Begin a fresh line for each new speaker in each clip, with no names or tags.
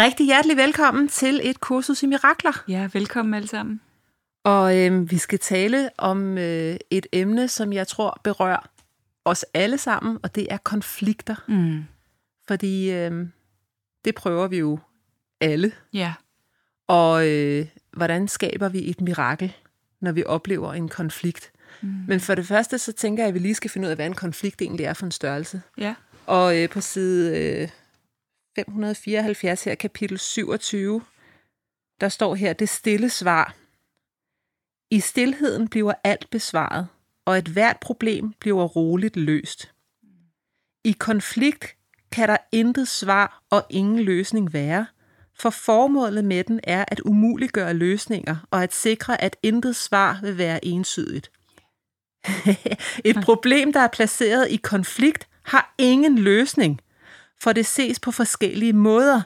Rigtig hjertelig velkommen til et kursus i mirakler.
Ja, velkommen alle sammen.
Og øh, vi skal tale om øh, et emne, som jeg tror berører os alle sammen, og det er konflikter.
Mm.
Fordi øh, det prøver vi jo alle.
Ja.
Og øh, hvordan skaber vi et mirakel, når vi oplever en konflikt? Mm. Men for det første, så tænker jeg, at vi lige skal finde ud af, hvad en konflikt egentlig er for en størrelse.
Ja.
Og øh, på side øh, 574 her, kapitel 27, der står her, det stille svar. I stilheden bliver alt besvaret, og et hvert problem bliver roligt løst. I konflikt kan der intet svar og ingen løsning være, for formålet med den er at umuliggøre løsninger og at sikre, at intet svar vil være ensydigt. et problem, der er placeret i konflikt, har ingen løsning, for det ses på forskellige måder.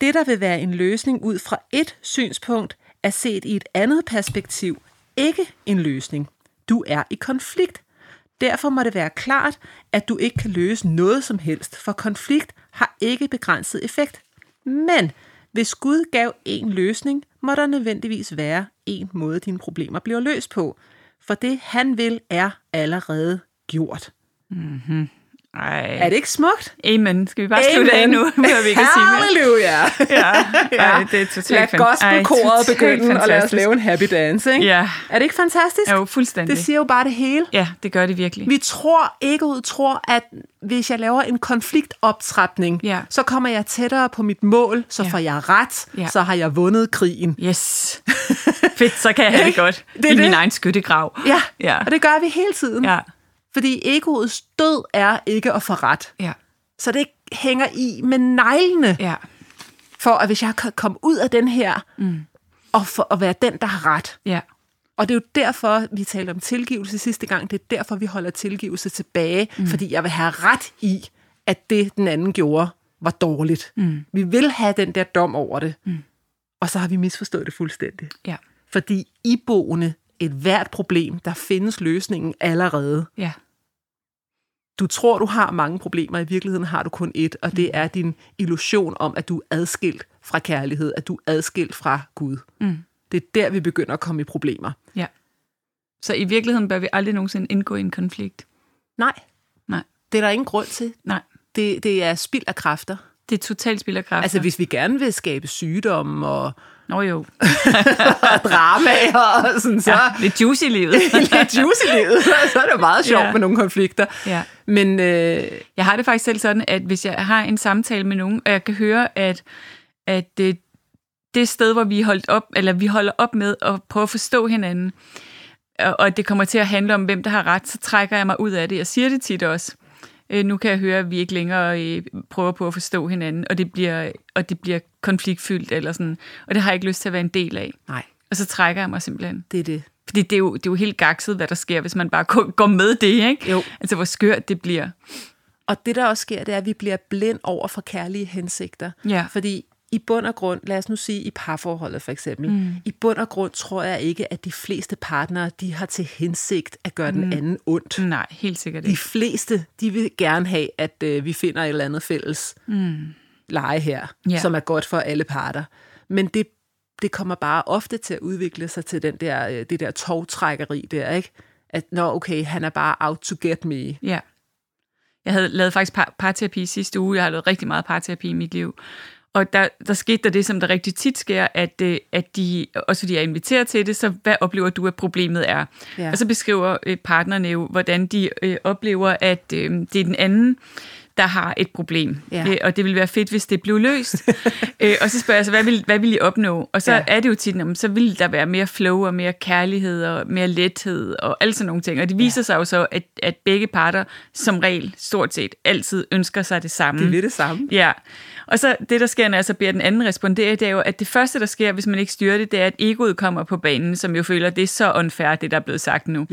Det, der vil være en løsning ud fra et synspunkt, er set i et andet perspektiv ikke en løsning. Du er i konflikt. Derfor må det være klart, at du ikke kan løse noget som helst, for konflikt har ikke begrænset effekt. Men hvis Gud gav en løsning, må der nødvendigvis være en måde, dine problemer bliver løst på. For det, han vil, er allerede gjort.
Ej.
Er det ikke smukt?
Amen. Skal vi bare slutte af nu, hvor vi kan sige mere?
Halleluja!
Ja. Ej, det er
Lad
totalt fan-
gospelkoret
Ej, totalt
begynde, og lad os
fantastisk.
lave en happy dance, ikke?
Ja.
Er det ikke fantastisk?
Jo, fuldstændig.
Det siger jo bare det hele.
Ja, det gør det virkelig.
Vi tror, ikke ud tror, at hvis jeg laver en konfliktoptrapning,
Ja.
så kommer jeg tættere på mit mål, så
Ja.
får jeg ret,
Ja.
så har jeg vundet krigen.
Yes. Fedt, så kan jeg have det godt.
Det er
I
det.
min egen skyttegrav.
Ja,
Ja.
og det gør vi hele tiden.
Ja.
Fordi egoets død er ikke at få ret.
Ja.
Så det hænger i med neglene,
Ja.
for at hvis jeg kan komme ud af den her, mm. og for at være den, der har ret.
Ja.
Og det er jo derfor, vi talte om tilgivelse sidste gang, det er derfor, vi holder tilgivelse tilbage, mm. fordi jeg vil have ret i, at det, den anden gjorde, var dårligt. Mm. Vi vil have den der dom over det. Mm. Og så har vi misforstået det fuldstændig.
Ja.
Fordi iboende et hvert problem, der findes løsningen allerede.
Ja.
Du tror, du har mange problemer, i virkeligheden har du kun et, og det er din illusion om, at du er adskilt fra kærlighed, at du er adskilt fra Gud.
Mm.
Det er der, vi begynder at komme i problemer.
Ja. Så i virkeligheden bør vi aldrig nogensinde indgå i en konflikt.
Nej,
Nej.
det er der ingen grund til.
Nej.
Det, det er spild af kræfter.
Det er totalt spild af kræfter.
Altså, hvis vi gerne vil skabe sygdomme og,
Nå jo.
og dramaer og sådan, så
Ja,
ja.
lidt juicy i livet.
lidt juice i livet. Så er det meget sjovt
Ja.
ja. med nogle konflikter.
Ja.
Men øh,
Jeg har det faktisk selv sådan, at hvis jeg har en samtale med nogen, og jeg kan høre, at, at det, det sted, hvor vi, er holdt op, eller vi holder op med at prøve at forstå hinanden, og, og det kommer til at handle om, hvem der har ret, så trækker jeg mig ud af det. Jeg siger det tit også. Øh, nu kan jeg høre, at vi ikke længere øh, prøver på at forstå hinanden, og det bliver, og det bliver konfliktfyldt, eller sådan, og det har jeg ikke lyst til at være en del af.
nej,
Og så trækker jeg mig simpelthen.
det er det.
Fordi det er, jo, det er jo helt gakset, hvad der sker, hvis man bare går går med det, ikke?
Jo.
Altså, hvor skørt det bliver.
Og det, der også sker, det er, at vi bliver blind over for kærlige hensigter.
Ja.
Fordi i bund og grund, lad os nu sige i parforholdet for eksempel, mm. i bund og grund tror jeg ikke, at de fleste partnere, de har til hensigt at gøre mm. den anden ondt.
Nej, helt sikkert
De
ikke.
fleste, de vil gerne have, at øh, vi finder et eller andet fælles mm. leje her,
Ja.
yeah. som er godt for alle parter. Men det, det kommer bare ofte til at udvikle sig til den der, øh, det der togtrækkeri der, ikke? At, nå, okay, han er bare out to get me.
Ja. Jeg havde lavet faktisk par, parterapi sidste uge. Jeg har lavet rigtig meget parterapi i mit liv. Og der, der skete der det, som der rigtig tit sker, at, øh, at de, også fordi jeg inviterer til det, så hvad oplever du, at problemet er?
Ja.
Ja. Og så beskriver øh, partnerne jo, hvordan de øh, oplever, at øh, det er den anden, der har et problem.
Ja.
Øh, og det ville være fedt, hvis det blev løst. øh, og så spørger jeg så, hvad vil, hvad vil I opnå? Og så
Ja.
ja. er det jo tit, "Nå, men så vil der være mere flow og mere kærlighed og mere lethed og alt sådan nogle ting. Og det viser ja. sig jo så, at, at begge parter som regel stort set altid ønsker sig det samme.
Det er lidt det samme.
Ja, og så det, der sker, når jeg så beder den anden respondere, det er jo, at det første, der sker, hvis man ikke styrer det, det er, at egoet kommer på banen, som jo føler, at det er så unfair, det der er blevet sagt nu.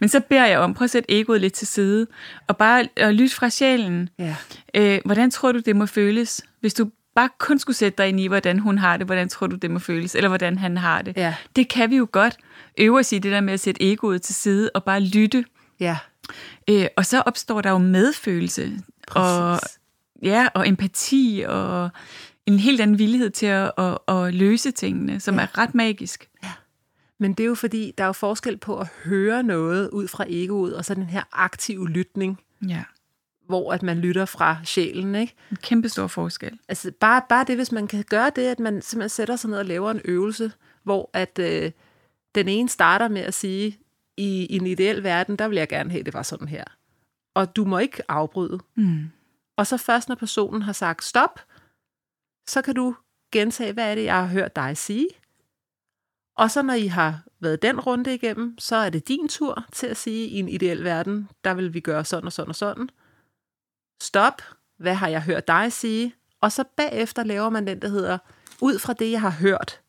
Men så beder jeg om, prøv at sætte egoet lidt til side, og bare at lytte fra sjælen.
Ja.
Øh, hvordan tror du, det må føles, hvis du bare kun skulle sætte dig ind i, hvordan hun har det, hvordan tror du, det må føles, eller hvordan han har det.
Ja.
Det kan vi jo godt øve os i, det der med at sætte egoet til side og bare lytte.
Ja.
Øh, og så opstår der jo medfølelse. Og,
Præcis.
ja, og empati og en helt anden villighed til at, at, at løse tingene, som ja. er ret magisk.
Men det er jo fordi, der er jo forskel på at høre noget ud fra egoet, og så den her aktive lytning,
Ja,
hvor at man lytter fra sjælen, ikke?
en kæmpe stor forskel.
Altså bare, bare det, hvis man kan gøre det, at man simpelthen sætter sig ned og laver en øvelse, hvor at øh, den ene starter med at sige, i, i en ideel verden, der vil jeg gerne have, det var sådan her. Og du må ikke afbryde.
Mm.
Og så først, når personen har sagt stop, så kan du gentage, hvad er det, jeg har hørt dig sige. Og så når I har været den runde igennem, så er det din tur til at sige, i en ideel verden, der vil vi gøre sådan og sådan og sådan. Stop, hvad har jeg hørt dig sige? Og så bagefter laver man den, der hedder, ud fra det, jeg har hørt,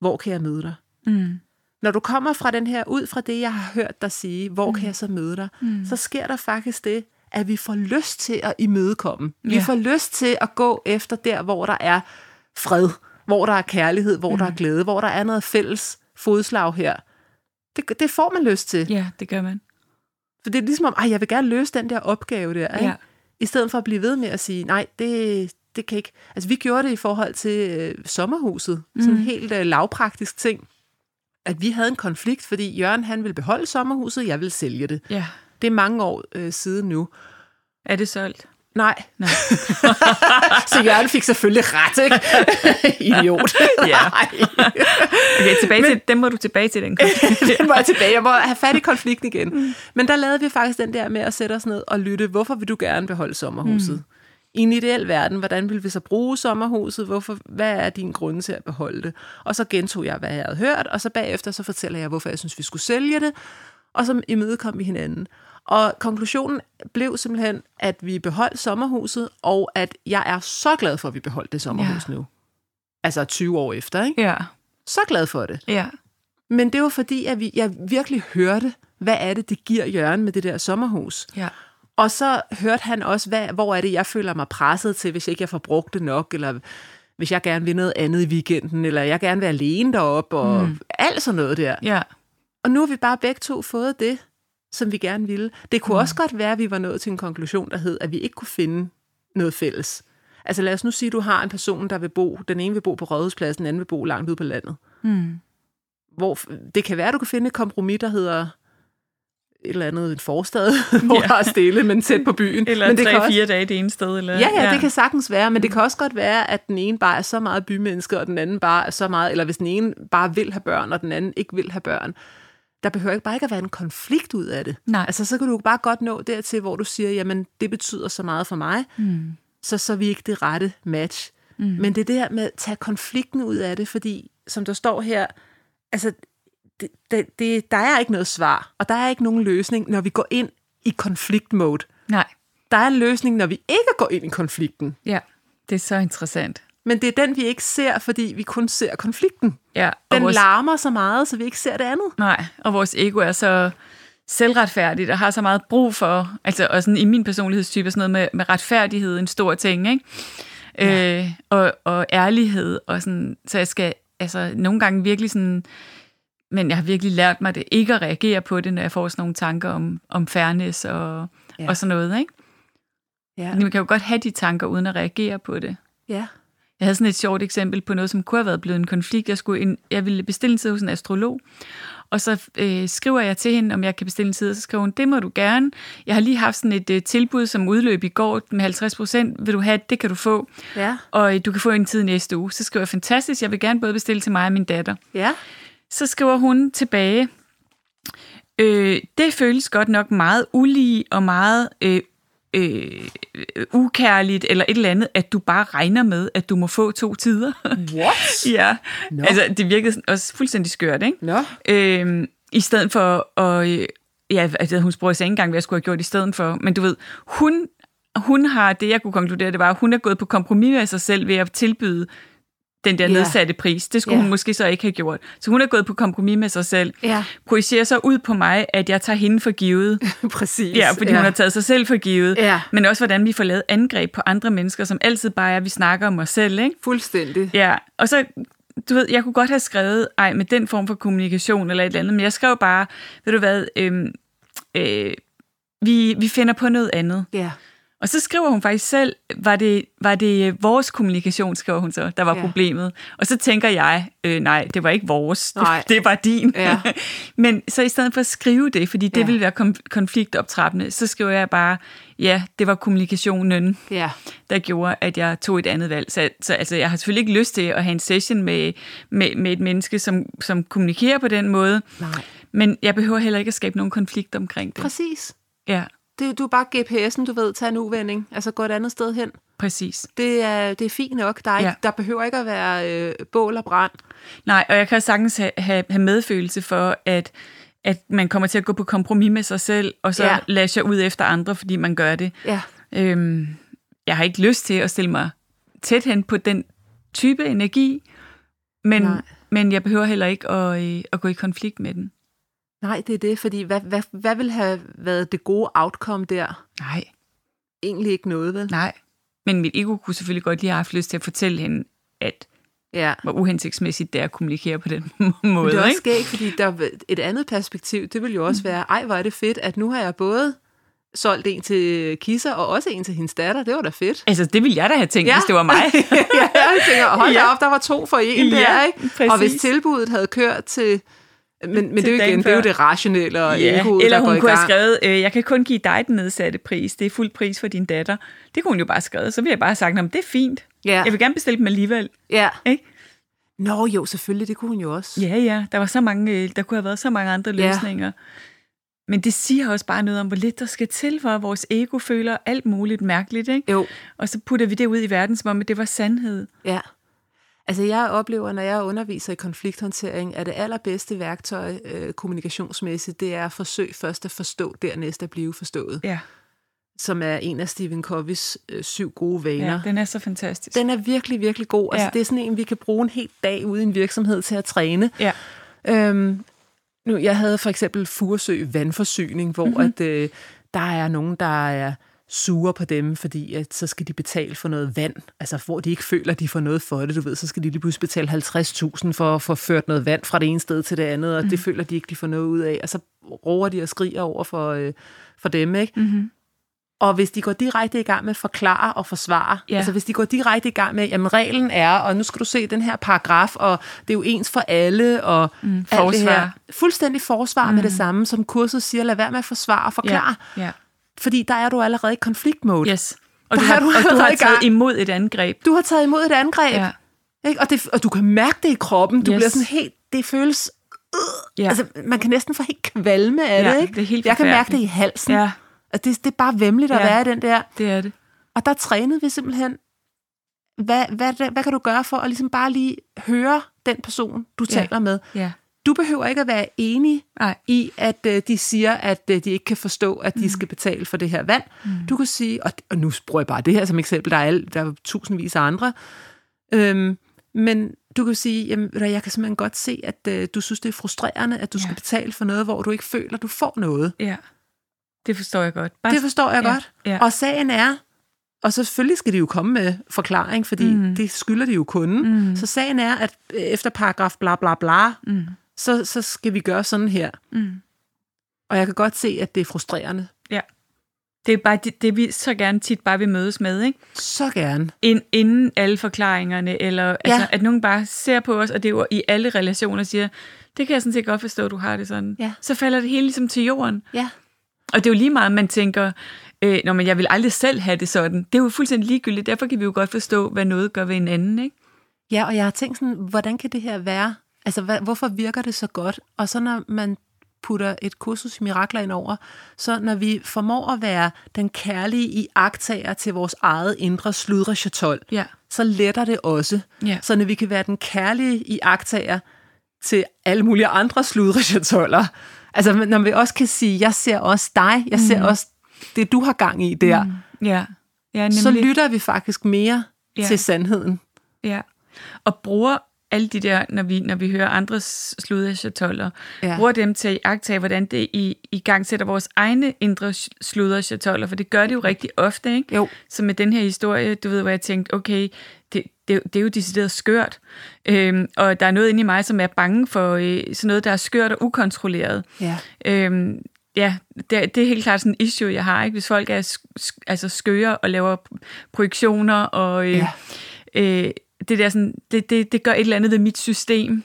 hvor kan jeg møde dig?
Mm.
Når du kommer fra den her, ud fra det, jeg har hørt dig sige, hvor mm. kan jeg så møde dig?
Mm.
Så sker der faktisk det, at vi får lyst til at imødekomme. Vi
Ja.
får lyst til at gå efter der, hvor der er fred, hvor der er kærlighed, hvor mm. der er glæde, hvor der er noget fælles fodslag her. Det, det får man lyst til.
Ja, det gør man.
For det er ligesom om, "Ej, jeg vil gerne løse den der opgave der. Ikke?
Ja.
I stedet for at blive ved med at sige, nej, det, det kan ikke. Altså, vi gjorde det i forhold til øh, sommerhuset. Mm. Sådan en helt øh, lavpraktisk ting. At vi havde en konflikt, fordi Jørgen han ville beholde sommerhuset, jeg ville sælge det.
ja.
Det er mange år øh, siden nu.
Er det solgt?
Nej.
Nej.
Så Jørgen fik selvfølgelig ret, ikke? Idiot.
Ja.
Nej.
Okay, tilbage Men... til, den må du tilbage til, den konflikt.
Den var jeg tilbage. Jeg må have fat i konflikten igen. Mm. Men der lavede vi faktisk den der med at sætte os ned og lytte. Hvorfor vil du gerne beholde sommerhuset? Mm. I en ideel verden, hvordan vil vi så bruge sommerhuset? Hvorfor, hvad er din grunde til at beholde det? Og så gentog jeg, hvad jeg havde hørt, og så bagefter så fortæller jeg, hvorfor jeg synes, vi skulle sælge det. Og så imødekom vi hinanden. Og konklusionen blev simpelthen, at vi beholdt sommerhuset, og at jeg er så glad for, at vi beholdt det sommerhus ja. nu. Altså 20 år efter, ikke?
ja,
Så glad for det.
ja.
Men det var fordi, at vi, jeg virkelig hørte, hvad er det, det giver Jørgen med det der sommerhus.
ja.
Og så hørte han også, hvad, hvor er det, jeg føler mig presset til, hvis ikke jeg får brugt det nok, eller hvis jeg gerne vil noget andet i weekenden, eller jeg gerne vil alene deroppe, og mm. alt sådan noget der.
ja.
Og nu har vi bare begge to fået det, som vi gerne ville. Det kunne mm. også godt være, at vi var nået til en konklusion, der hed, at vi ikke kunne finde noget fælles. Altså lad os nu sige, at du har en person, der vil bo, den ene vil bo på Rådhuspladsen, den anden vil bo langt ude på landet Hmm.
Mm.
hvor det kan være, at du kan finde et kompromis, der hedder et eller andet en forstad, hvor
Ja.
der er stille, men tæt på byen.
Eller
men det kan også,
tre-fire dage det ene sted. Eller...
ja, ja, det kan sagtens være, men det
Mm.
kan også godt være, at den ene bare er så meget bymenneske, og den anden bare er så meget, eller hvis den ene bare vil have børn, og den anden ikke vil have børn, der behøver ikke bare ikke at være en konflikt ud af det.
Nej.
Altså, så kan du bare godt nå dertil, hvor du siger, jamen, det betyder så meget for mig,
Mm.
så, så er vi ikke det rette match. Mm. Men det er det her med at tage konflikten ud af det, fordi som der står her, altså, det, det, det, der er ikke noget svar, og der er ikke nogen løsning, når vi går ind i konfliktmode.
Nej,
Der er en løsning, når vi ikke går ind i konflikten.
ja. Det er så interessant.
Men det er den, vi ikke ser, fordi vi kun ser konflikten.
Ja, og
Den
vores-
larmer så meget, så vi ikke ser det andet.
Nej, og vores ego er så selvretfærdigt og har så meget brug for, altså og sådan i min personlighedstype, er sådan noget med, med retfærdighed en stor ting, ikke? Ja. Øh, og, og ærlighed, og sådan, så jeg skal altså nogle gange virkelig sådan, men jeg har virkelig lært mig det, ikke at reagere på det, når jeg får sådan nogle tanker om, om fairness og,
Ja.
ja. og sådan noget, ikke?
Ja.
Men man kan jo godt have de tanker, uden at reagere på det.
Ja.
Jeg havde sådan et sjovt eksempel på noget, som kunne have været blevet en konflikt. Jeg, skulle en, jeg ville bestille en tid hos en astrolog, og så øh, skriver jeg til hende, om jeg kan bestille en tid, og så skriver hun, det må du gerne. Jeg har lige haft sådan et øh, tilbud, som udløb i går med 50 procent. Vil du have det? Det kan du få.
Ja.
Og øh, du kan få en tid næste uge. Så skriver jeg, fantastisk, jeg vil gerne både bestille til mig og min datter.
Ja.
Så skriver hun tilbage, øh, det føles godt nok meget ulige og meget øh, øh, øh, ukærligt eller et eller andet, at du bare regner med, at du må få to tider.
What?
ja,
Nå.
no. altså det virkede sådan også fuldstændig skørt, ikke?
Nå.
Øhm, I stedet for at... Øh, ja, altså, hun spurgte sig ikke engang, hvad jeg skulle have gjort i stedet for. Men du ved, hun, hun har... Det, jeg kunne konkludere, det var, at hun er gået på kompromis med sig selv ved at tilbyde den der
Ja.
nedsatte pris. Det skulle
Ja.
hun måske så ikke have gjort. Så hun er gået på kompromis med sig selv.
Ja.
Projicerer så ud på mig, at jeg tager hende for givet.
Præcis.
Ja, fordi ja. hun har taget sig selv for givet.
Ja.
Men også, hvordan vi får lavet angreb på andre mennesker, som altid bare er, at vi snakker om os selv, ikke?
Fuldstændig.
Ja, og så, du ved, jeg kunne godt have skrevet, ej, med den form for kommunikation eller et eller andet, men jeg skrev bare, ved du hvad, øhm, øh, vi, vi finder på noget andet.
Ja.
Og så skriver hun faktisk selv, var det, var det øh, vores kommunikation, skriver hun så, der var
Ja.
ja. problemet. Og så tænker jeg, øh, nej, det var ikke vores,
Nej.
det, det var din.
Ja.
Men så i stedet for at skrive det, fordi det
Ja.
ja. ville være konf- konfliktoptrappende, så skriver jeg bare, ja, det var kommunikationen
Ja.
der gjorde, at jeg tog et andet valg. Så, så altså, jeg har selvfølgelig ikke lyst til at have en session med, med, med et menneske, som, som kommunikerer på den måde,
Nej.
men jeg behøver heller ikke at skabe nogen konflikt omkring det.
Præcis.
Ja,
Det, du er bare GPS'en, du ved, tag en uvending. Altså gå et andet sted hen.
præcis.
Det er, det er fint nok. Der, er ikke,
Ja.
der behøver ikke at være øh, bål og brand.
Nej, og jeg kan sagtens have, have, have medfølelse for, at, at man kommer til at gå på kompromis med sig selv, og så
Ja.
ja. lasher ud efter andre, fordi man gør det.
Ja.
Øhm, jeg har ikke lyst til at stille mig tæt hen på den type energi, men,
Nej.
men jeg behøver heller ikke at, øh, at gå i konflikt med den.
Nej, det er det, fordi hvad, hvad, hvad ville have været det gode outcome der?
Nej.
Egentlig ikke noget, vel?
Nej. Men mit ego kunne selvfølgelig godt lige have haft lyst til at fortælle hende, at
Ja.
hvor uhensigtsmæssigt det er at kommunikere på den
Men
måde.
det er også
ikke?
skægt, fordi der er et andet perspektiv, det ville jo også være, ej, hvor er det fedt, at nu har jeg både solgt en til Kisser og også en til hendes datter. Det var da fedt.
Altså, det ville jeg da have tænkt, ja. hvis det var mig.
ja, jeg tænker, hold da
Ja.
op, der var to for en der,
Ja,
ikke? Og
præcis.
hvis tilbuddet havde kørt til... Men, men det, er jo
dagen
igen, det er jo
før.
det rationelle og yeah. egoet,
Eller
der går
hun
i
kunne
gang.
have skrevet, øh, jeg kan kun give dig den nedsatte pris, det er fuld pris for din datter. Det kunne hun jo bare have skrevet. Så ville jeg bare have sagt, "Nå, men det er fint.
Ja.
Jeg vil gerne bestille dem alligevel.
Ja.
Ikke?
Nå jo, selvfølgelig, det kunne hun jo også.
Ja, ja, der var så mange, øh, der kunne have været så mange andre
Ja.
løsninger. Men det siger også bare noget om, hvor lidt der skal til, for at vores ego føler alt muligt mærkeligt, ikke?
Jo,
Og så putter vi det ud i verden, som om at det var sandhed.
ja. Altså jeg oplever, når jeg underviser i konflikthåndtering, at det allerbedste værktøj øh, kommunikationsmæssigt, det er at forsøge først at forstå, dernæst at blive forstået.
Ja,
som er en af Stephen Coveys øh, syv gode vaner.
ja
Ja,
den er så fantastisk.
den er virkelig, virkelig god. Altså,
Ja.
Det er sådan en, vi kan bruge en hel dag ude i en virksomhed til at træne.
Ja,
Øhm, nu, jeg havde for eksempel Furesø Vandforsyning, hvor
Mhm.
mm-hmm. at, øh, der er nogen, der er sure på dem, fordi at så skal de betale for noget vand, altså hvor de ikke føler, at de får noget for det, du ved, så skal de lige pludselig betale 50.000 for at få ført noget vand fra det ene sted til det andet,
Mhm.
og mm. det føler de ikke, de får noget ud af, og så råber de og skriger over for, øh, for dem, ikke?
Mhm.
Og hvis de går direkte i gang med at forklare og forsvare, ja.
Ja.
altså hvis de går direkte i gang med, jamen reglen er, og nu skal du se den her paragraf, og det er jo ens for alle, og mm, alt det her.
forsvar.
Fuldstændig forsvar mm. med det samme, som kurset siger, lad være med at forsvare og
ja,
forklare, ja.
ja.
fordi der er du allerede i konfliktmode.
Yes. Og
Der
du,
er
har,
du
og du
allerede
har
i
taget
gang.
imod et angreb.
Du har taget imod et angreb,
Ja,
ja. ikke? Og, det, og du kan mærke det i kroppen, du yes.
Yes.
bliver sådan helt, det føles,
ja.
ja. altså man kan næsten få helt kvalme af
Ja,
det, ikke?
det er helt
Jeg kan mærke det i
forfærdeligt.
halsen,
ja,
og det, det er bare vemmeligt at
Ja.
være i den der
det er det.
Og der trænede vi simpelthen, hvad, hvad, hvad kan du gøre for at ligesom bare lige høre den person, du ja.
Ja.
taler med.
Ja.
Du behøver ikke at være enig
Nej.
i, at øh, de siger, at øh, de ikke kan forstå, at de skal betale for det her vand. Mm. Du kan sige, og, og nu bruger jeg bare det her som eksempel, der er, alle, der er tusindvis af andre, øhm, men du kan sige, jamen, ved du hvad, jeg kan simpelthen godt se, at øh, du synes, det er frustrerende, at du ja.
Ja.
skal betale for noget, hvor du ikke føler, du får noget.
Ja. Det forstår jeg godt. Bare
Det forstår jeg
ja,
godt.
Ja.
Og sagen er, og så selvfølgelig skal de jo komme med forklaring, fordi mm.
Mhm.
det skylder de jo kunden. Mm. Så sagen er, at efter paragraf bla bla bla,
Mm.
så, så skal vi gøre sådan her.
Mm.
Og jeg kan godt se, at det er frustrerende.
Ja. Det er bare det, det, vi så gerne tit bare vil mødes med, ikke?
Så gerne.
Ind, inden alle forklaringerne, eller ja. altså, at nogen bare ser på os, og det er jo i alle relationer, siger, det kan jeg sådan set godt forstå, du har det sådan.
Ja.
Så falder det hele ligesom til jorden.
Ja.
Og det er jo lige meget, man tænker, øh, når man, jeg vil aldrig selv have det sådan. Det er jo fuldstændig ligegyldigt, derfor kan vi jo godt forstå, hvad noget gør ved en anden, ikke?
Ja, og jeg har tænkt sådan, hvordan kan det her være? Altså, hvad, hvorfor virker det så godt? Og så når man putter et kursus i mirakler ind over, så når vi formår at være den kærlige i agtager til vores eget indre sludrechatol,
Ja.
så letter det også.
Ja.
Så når vi kan være den kærlige i agtager til alle mulige andre sludrechatolder, altså når vi også kan sige, jeg ser også dig, jeg ser også det, du har gang i der, mm.
Ja. ja nemlig.
så lytter vi faktisk mere
Ja.
ja. til sandheden.
Ja. Og bruger alle de der, når vi, når vi hører andres sluderchatoller, ja.
Ja.
bruger dem til at agtage, hvordan det i, i gang sætter vores egne indre sluderchatoller, for det gør det jo rigtig ofte, ikke?
Jo.
Så med den her historie, du ved, hvor jeg tænkte, okay, det, det, det er jo decideret skørt, øhm, og der er noget inde i mig, som er bange for øh, sådan noget, der er skørt og ukontrolleret.
Ja.
Øhm, ja, det, det er helt klart sådan en issue, jeg har, ikke? Hvis folk er sk- sk- altså skøre og laver projektioner, og øh,
Ja.
øh, det der sådan, det, det, det gør et eller andet ved mit system.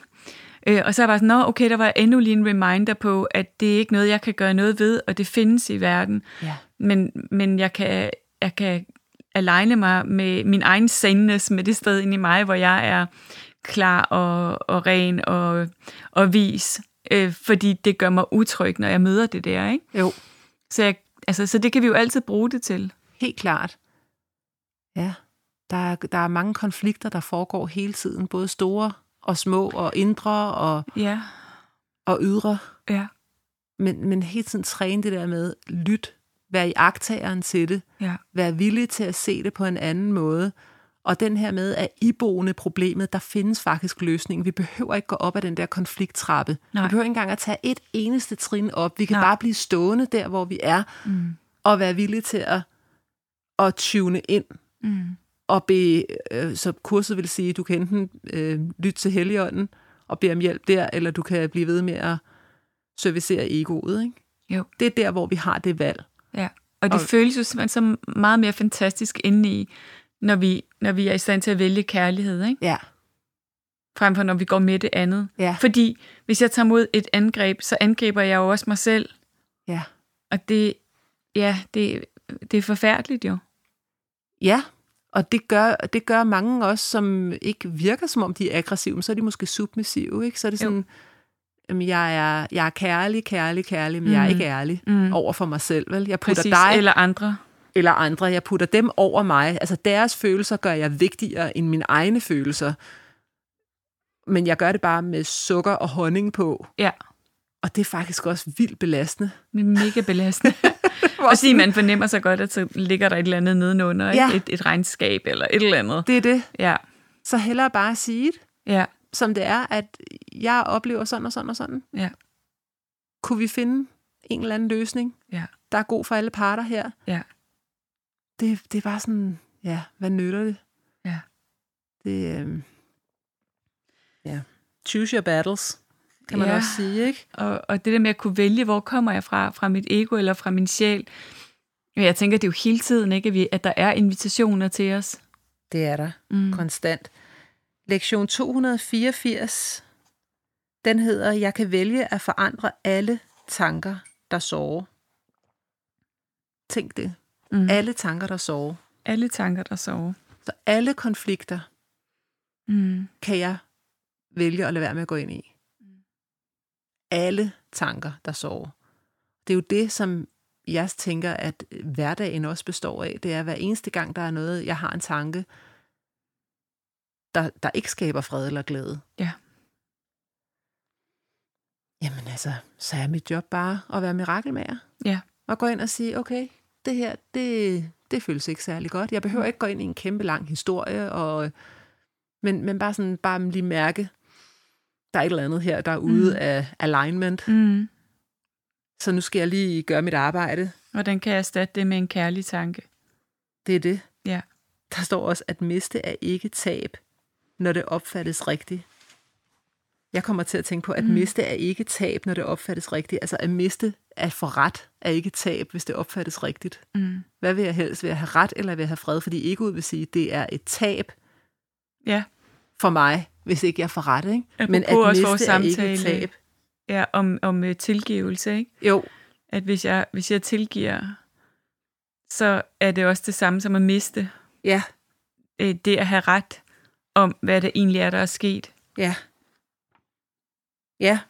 Øh, og så er jeg bare sådan, nå, okay, der var endnu lige en reminder på, at det er ikke noget, jeg kan gøre noget ved, og det findes i verden.
Ja.
Men, men jeg kan, jeg kan aligne mig med min egen sandness, med det sted inde i mig, hvor jeg er klar og, og ren og, og vis, øh, fordi det gør mig utryg, når jeg møder det der, ikke?
Jo.
Så, jeg, altså, så det kan vi jo altid bruge det til.
Helt klart. Ja. Der er, der er mange konflikter, der foregår hele tiden, både store og små og indre og,
Ja,
og ydre.
ja,
Men, men hele tiden træne det der med, lyt, vær i agtageren til det,
ja,
vær villig til at se det på en anden måde. Og den her med, at iboende problemet, der findes faktisk løsningen. Vi behøver ikke gå op ad den der konflikttrappe.
Nej.
Vi behøver ikke engang at tage et eneste trin op. Vi kan
Nej.
Nej. bare blive stående der, hvor vi er,
Mm.
og være villige til at, at tune ind
mm.
og bede, øh, så kurset vil sige, du kan enten øh, lytte til heligånden og bede om hjælp der, eller du kan blive ved med at servicere egoet. Ikke?
Jo.
Det er der, hvor vi har det valg.
ja. Og det og...
Og-
føles jo simpelthen så meget mere fantastisk indeni, når vi, når vi er i stand til at vælge kærlighed, ikke?
Ja,
frem for når vi går med det andet.
ja,
Fordi hvis jeg tager mod et angreb, så angriber jeg jo også mig selv,
ja.
og det, ja, det, det er forfærdeligt jo.
Ja, og det gør, det gør mange også, som ikke virker, som om de er aggressive, men så er de måske submissive. Ikke? Så er det
Jo.
sådan, jamen, jeg, er, jeg er kærlig, kærlig, kærlig, men mm. jeg er
Mhm.
ikke ærlig
Mm.
over for mig selv. Vel? Jeg putter
Præcis,
dig
eller andre.
eller andre. Jeg putter dem over mig. Altså deres følelser gør jeg vigtigere end mine egne følelser. Men jeg gør det bare med sukker og honning på.
Ja,
Og det er faktisk også vildt belastende.
det er mega belastende. og sige, man fornemmer sig godt, at så ligger der et eller andet nedenunder, ja.
Ja.
et, et regnskab eller et eller andet.
Det er det.
Ja,
Så hellere bare sige det,
ja,
som det er, at jeg oplever sådan og sådan og sådan.
ja,
Kunne vi finde en eller anden løsning,
ja,
der er god for alle parter her?
ja,
Det, det er bare sådan, ja, hvad nytter det?
ja.
Det, øhm, ja. Choose your battles, kan man
Ja.
ja. også sige, ikke?
Og, og det der med at kunne vælge, hvor kommer jeg fra, fra mit ego eller fra min sjæl. Ja, Jeg tænker, det er jo hele tiden, ikke, at, vi, at der er invitationer til os.
Det er der.
Mm.
konstant. Lektion 284, den hedder, jeg kan vælge at forandre alle tanker, der sover.
Tænk det.
Mm.
Alle tanker, der sover.
Alle tanker, der sover.
Så alle konflikter
Mm.
kan jeg vælge at lade være med at gå ind i. Alle tanker, der sover. Det er jo det, som jeg tænker, at hverdagen også består af. Det er hver eneste gang, der er noget, jeg har en tanke, der, der ikke skaber fred eller glæde.
Ja.
Jamen altså, så er mit job bare at være mirakelmager.
Ja.
Og gå ind og sige, okay, det her, det, det føles ikke særlig godt. Jeg
Mm.
behøver ikke gå ind i en kæmpe lang historie, og, men, men bare sådan bare lige mærke, der er et eller andet her, der er ude
Mm.
mm. af alignment.
Mm.
Så nu skal jeg lige gøre mit arbejde.
Hvordan kan jeg erstatte det med en kærlig tanke?
Det er det.
Ja.
Der står også, at miste er ikke tab, når det opfattes rigtigt. Jeg kommer til at tænke på, at
Mm.
miste er ikke tab, når det opfattes rigtigt. Altså at miste
at få ret er ikke tab, hvis det opfattes rigtigt.
Mm.
Hvad vil jeg helst? Vil jeg have ret, eller vil jeg have fred? Fordi egoet vil sige, at det er et tab
Ja,
for mig, hvis ikke jeg får ret. Ikke?
Apropos
Men at
også vores
miste er ikke et
samtale.
tab.
ja om, om øh, tilgivelse, ikke?
Jo,
At hvis jeg, hvis jeg tilgiver, så er det også det samme som at miste
Ja,
øh, det at have ret om, hvad der egentlig er, der er sket.
ja. Ja,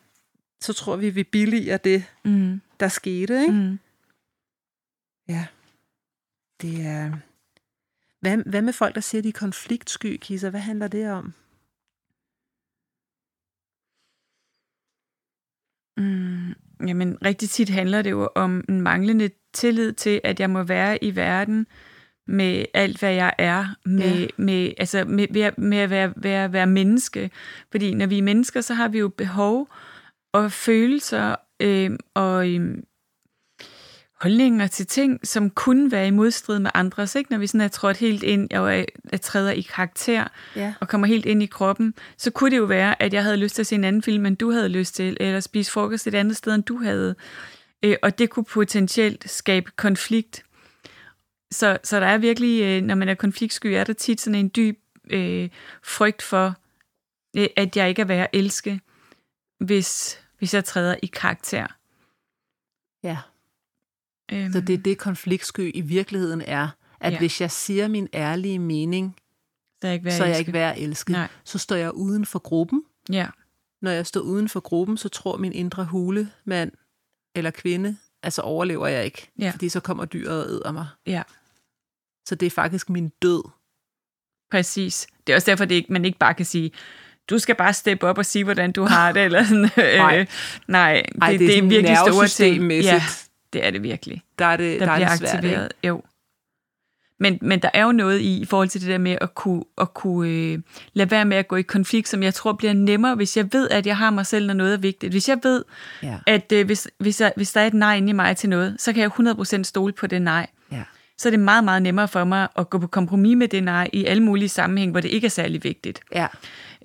så tror vi, vi billiger det,
Mm.
der skete, ikke?
Mm.
Ja. Det er...
Hvad, hvad med folk, der siger, de er konfliktsky, Kisser? Hvad handler det om?
Mm. Jamen, rigtig tit handler det jo om en manglende tillid til, at jeg må være i verden med alt, hvad jeg er, med, ja. med, altså med, med, at- med at være, være, være menneske. Fordi når vi er mennesker, så har vi jo behov og følelser øh, og øh, holdninger til ting, som kunne være i modstrid med andres. Ikke? Når vi sådan er trådt helt ind og er, er træder i karakter,
Ja.
og kommer helt ind i kroppen, så kunne det jo være, at jeg havde lyst til at se en anden film, end du havde lyst til, eller spise frokost et andet sted, end du havde. Øh, og det kunne potentielt skabe konflikt. Så, så der er virkelig, øh, når man er konfliktsky, er der tit sådan en dyb øh, frygt for, øh, at jeg ikke er værd at elske, hvis, hvis jeg træder i karakter.
Ja.
Øhm,
Så det er det, konfliktsky i virkeligheden er. At
Ja.
ja. hvis jeg siger min ærlige mening,
så er jeg ikke værd
så
at
er jeg
elske.
ikke værd at elske.
Nej.
Så står jeg uden for gruppen.
Ja.
Når jeg står uden for gruppen, så tror min indre hulemand eller kvinde, altså overlever jeg ikke.
Ja.
Fordi så kommer dyret og æder mig.
Ja.
Så det er faktisk min død.
Præcis. Det er også derfor, det ikke, man ikke bare kan sige, du skal bare steppe op og sige, hvordan du har det. Eller sådan,
Nej.
øh, nej det,
Ej,
Ej,
det er
det, det er
sådan
virkelig store ting.
nervesystemmæssigt.
Ja, det er det virkelig.
Der er det,
Der, der
er
bliver
det svært, ikke?
aktiveret. Jo. Men, men der er jo noget i, i forhold til det der med at kunne, at kunne øh, lade være med at gå i konflikt, som jeg tror bliver nemmere, hvis jeg ved, at jeg har mig selv, når noget er vigtigt. Hvis jeg ved,
Ja.
at øh, hvis, hvis, jeg, hvis der er et nej inde i mig til noget, så kan jeg 100% stole på det nej
ja.
så er det meget, meget nemmere for mig at gå på kompromis med det nej i alle mulige sammenhæng, hvor det ikke er særlig vigtigt.
Ja.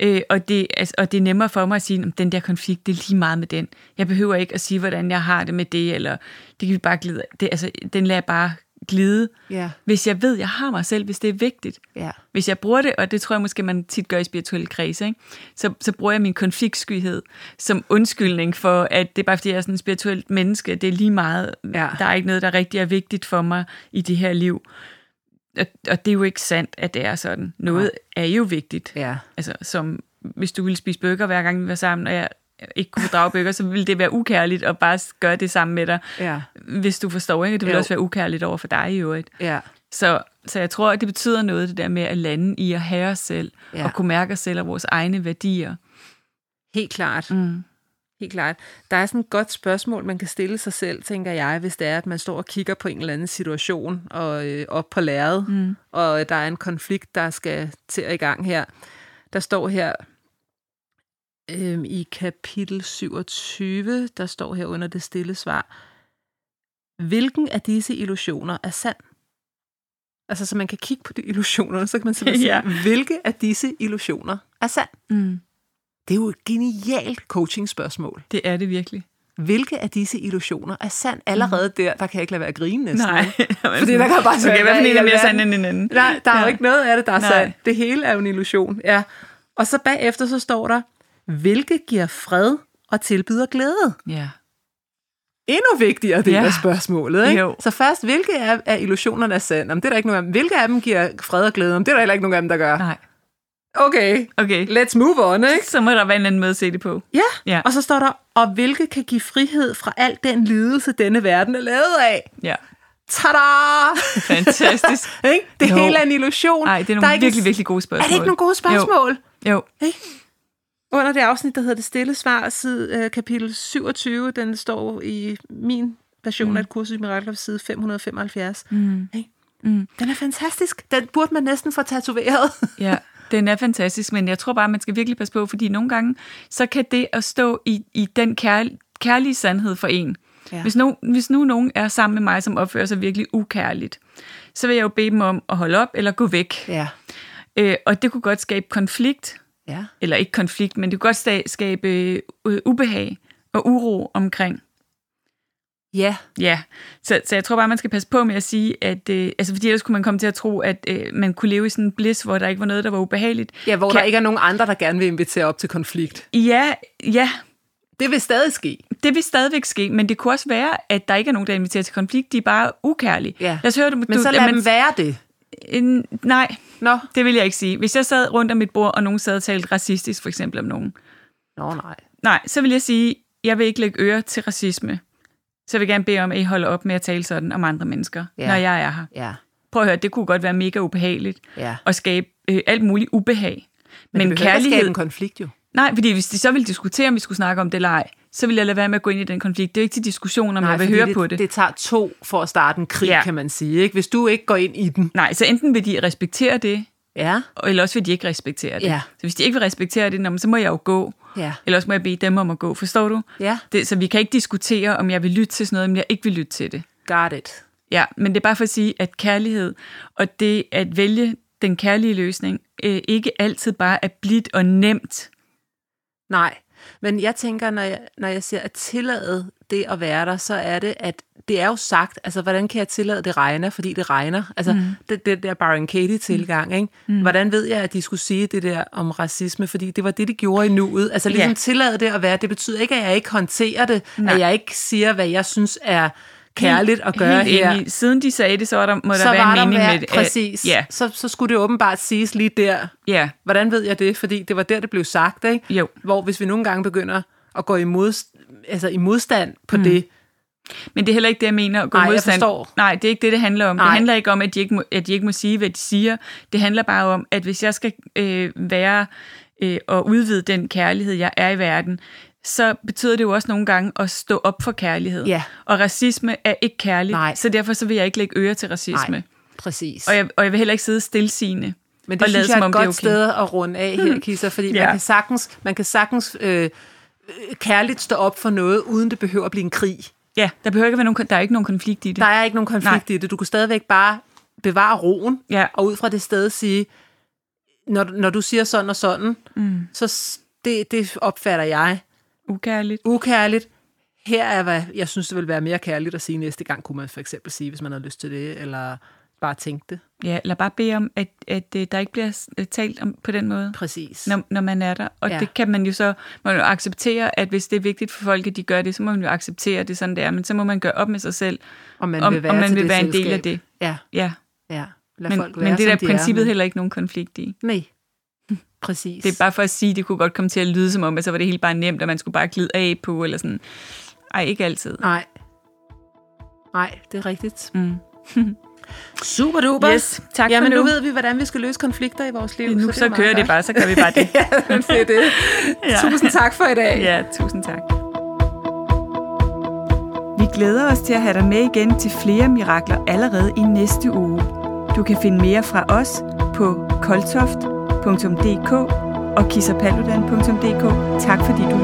Øh, og, det, altså, og det er nemmere for mig at sige, at den der konflikt, det er lige meget med den. Jeg behøver ikke at sige, hvordan jeg har det med det, eller det kan vi bare glide. Det, altså, den lader jeg bare glide.
Ja.
Hvis jeg ved, jeg har mig selv, hvis det er vigtigt.
Ja.
Hvis jeg bruger det, og det tror jeg måske, man tit gør i spirituelle kredse, ikke? Så, så bruger jeg min konfliktskyhed som undskyldning for, at det er bare fordi, jeg er sådan et spirituelt menneske, det er lige meget,
Ja.
der er ikke noget, der rigtig er vigtigt for mig i det her liv. Og, og det er jo ikke sandt, at det er sådan. Noget er jo vigtigt.
Ja.
Altså, som hvis du ville spise bøger hver gang vi var sammen, og jeg ikke kunne drage bøger, så ville det være ukærligt at bare gøre det sammen med dig.
Ja.
Hvis du forstår, ikke? Det ville
Jo.
også være ukærligt over for dig i øvrigt.
Ja.
Så, så jeg tror, at det betyder noget, det der med at lande i at have os selv,
Ja.
ja. og kunne mærke os selv og vores egne værdier.
Helt klart.
Mm.
Helt klart. Der er sådan et godt spørgsmål, man kan stille sig selv, tænker jeg, hvis det er, at man står og kigger på en eller anden situation og øh, op på lærredet, mm. og øh, der er en konflikt, der skal til at i gang her. Der står her øh, i kapitel 27, der står her under det stille svar, hvilken af disse illusioner er sand? Altså, så man kan kigge på de illusioner, så kan man simpelthen sige,
Ja.
ja. hvilke af disse illusioner er sand?
Mm.
Det er jo et genialt coaching-spørgsmål.
Det er det virkelig.
Hvilke af disse illusioner er sand? Allerede der, der kan jeg ikke lade være at grine næsten.
Mhm. Nej.
Fordi der kan bare
så
være
kan være,
i
en er mere
alverden.
sand end en anden.
Nej, der er ja. jo ikke noget af det, der er
Nej.
sandt. Det hele er jo en illusion. Ja. Og så bagefter så står der, hvilket giver fred og tilbyder glæde.
Ja.
Endnu vigtigere del
Ja.
af spørgsmålet. Ikke?
Jo.
Så først, hvilke af, af illusionerne er sand? Om det er der ikke nogen af dem. Hvilke af dem giver fred og glæde? Om det er der heller ikke nogen af dem, der gør.
Nej.
Okay,
Okay.
let's move on, ikke?
Så må der være en anden måde at se det på.
Ja.
Ja.
og så står der, og hvilke kan give frihed fra al den lidelse, denne verden er lavet af.
Ja.
Tada!
Fantastisk.
Ikke? det
Jo.
hele er en illusion.
Nej, det er
Der
nogle
er
er
ikke-
virkelig, virkelig gode spørgsmål.
Er det ikke nogle gode spørgsmål? Jo.
Jo. jo.
under det afsnit, der hedder Det stille svar, side, øh, kapitel 27, den står i min version mm. af et kursus i mirakler, side 575. Mm. Hey. Mm. Den er fantastisk. Den burde man næsten få tatoveret.
Ja, den er fantastisk, men jeg tror bare, man skal virkelig passe på, fordi nogle gange, så kan det at stå i, i den kær, kærlige sandhed for en. Ja. Hvis, no, hvis nu nogen er sammen med mig, som opfører sig virkelig ukærligt, så vil jeg jo bede dem om at holde op eller gå væk.
Ja.
Øh, og det kunne godt skabe konflikt,
Ja.
eller ikke konflikt, men det kunne godt sta- skabe øh, ubehag og uro omkring.
Ja,
Ja, så, så jeg tror bare, man skal passe på med at sige, at øh, altså, fordi ellers kunne man komme til at tro, at øh, man kunne leve i sådan en bliss, hvor der ikke var noget, der var ubehageligt.
ja hvor
Kan-
kan... der ikke er nogen andre, der gerne vil invitere op til konflikt.
Ja, ja,
Det vil stadig ske.
det vil stadigvæk ske, men det kunne også være, at der ikke er nogen, der inviterer til konflikt. De er bare ukærlige.
Ja.
Lad os høre det.
Men så lad dem være det.
en, Nej,
Nå,
det vil jeg ikke sige. Hvis jeg sad rundt om mit bord, og nogen sad og talte racistisk for eksempel om nogen,
Nå nej.
nej, så vil jeg sige, jeg vil ikke lægge øre til racisme. Så vil jeg gerne bede om, at I holder op med at tale sådan om andre mennesker,
Ja.
når jeg er her.
Ja,
Prøv at høre, det kunne godt være mega ubehageligt.
ja.
og skabe øh, alt muligt ubehag. Men, men
Skabe
kærlighed...
en konflikt jo.
Nej, fordi hvis de så ville diskutere, om vi skulle snakke om det eller ej, så ville jeg lade være med at gå ind i den konflikt. Det er jo ikke til diskussion, om Nej, jeg vil
fordi
høre
Altså, det,
på det. det.
Det tager to for at starte en krig,
Ja.
ja. kan man sige. Ikke? Hvis du ikke går ind i den.
Nej, så enten vil de respektere det,
Ja,
og- eller også vil de ikke respektere det.
Ja.
Så hvis de ikke vil respektere det, nå, men så må jeg jo gå.
ja,
Eller også må jeg bede dem om at gå, forstår du?
ja.
Det, så vi kan ikke diskutere, om jeg vil lytte til sådan noget, om jeg ikke vil lytte til det.
Got it.
Ja, men det er bare for at sige, at kærlighed og det at vælge den kærlige løsning, øh, ikke altid bare er blidt og nemt.
Nej, men jeg tænker, når jeg, når jeg siger at tillade det at være der, så er det, at det er jo sagt, altså hvordan kan jeg tillade, at det regner, fordi det regner? Altså mm. det, det der Baron Katie-tilgang, ikke? Mm. Hvordan ved jeg, at de skulle sige det der om racisme, fordi det var det, de gjorde i nuet. Altså ligesom
Ja.
ja. tillade det at være, det betyder ikke, at jeg ikke håndterer det, Nej. at jeg ikke siger, hvad jeg synes er kærligt at gøre
helt
her.
enig. Siden de sagde det, så var der, må der
så
være
var
en
der
mening
vær-
med det.
Præcis.
At- Ja,
Så, så skulle det åbenbart siges lige der.
ja,
Hvordan ved jeg det? Fordi det var der, det blev sagt, ikke?
jo.
Hvor hvis vi nogle gange begynder at gå i, mod, altså i modstand på mm. det.
Men det er heller ikke det, jeg mener at gå
Nej, jeg
modstand.
forstår.
Nej, det er ikke det, det handler om. Nej.
Nej.
Det handler ikke om, at de ikke, må, at de ikke må sige, hvad de siger. Det handler bare om, at hvis jeg skal øh, være øh, og udvide den kærlighed, jeg er i verden, så betyder det jo også nogle gange at stå op for kærlighed.
Ja.
Og racisme er ikke kærligt,
Nej.
så derfor så vil jeg ikke lægge øre til racisme.
præcis.
Og jeg, og jeg vil heller ikke sidde stilsigende.
Men
og
det
lade,
synes jeg
som
er
om
et
det
godt
er
okay. Mm.
okay.
sted at runde af her, Kisser, fordi
Ja.
man kan sagtens, man kan sagtens øh, øh, kærligt stå op for noget, uden det behøver at blive en krig.
Ja, der behøver ikke være nogen, kon- der er ikke nogen konflikt i det.
Der er ikke nogen konflikt Nej. i det. Du kan stadigvæk bare bevare roen,
Ja.
og ud fra det sted sige, når, når du siger sådan og sådan, mm. så s- det, det opfatter jeg
Ukærligt.
ukærligt. Her er, hvad jeg synes, det vil være mere kærligt at sige næste gang, kunne man for eksempel sige, hvis man havde lyst til det, eller bare tænke det.
Ja, eller bare bede om, at, at øh, der ikke bliver øh, talt om på den måde,
Præcis.
når, når man er der. Og ja.
Ja.
det kan man jo så man jo acceptere, at hvis det er vigtigt for folk, at de gør det, så må man jo acceptere at det, er sådan det er. Men så må man gøre op med sig selv.
om man
om-
vil være,
om man
til
vil
det
være en del af
selskab. Ja,
Ja,
ja. Lad
men,
folk være,
men det
som
er
de
der princippet
er, men-
heller ikke nogen konflikt i.
Nej, præcis.
Det er bare for at sige, at det kunne godt komme til at lyde som om, at så var det helt bare nemt, og man skulle bare glide af på, eller sådan. Ej, ikke altid.
Nej. Nej, det er rigtigt.
Mm.
Super duper.
Yes, tak for
Jamen,
nu.
nu ved vi, hvordan vi skal løse konflikter i vores liv.
Nu
er
så
meget
kører det
godt.
bare, så gør vi bare det.
ja, det er det.
Ja.
Tusind tak for i dag.
Ja, tusind tak. Vi glæder os til at have dig med igen til flere mirakler allerede i næste uge. Du kan finde mere fra os på koltoft.dk og kissapalludan.dk. Tak fordi du lyttede.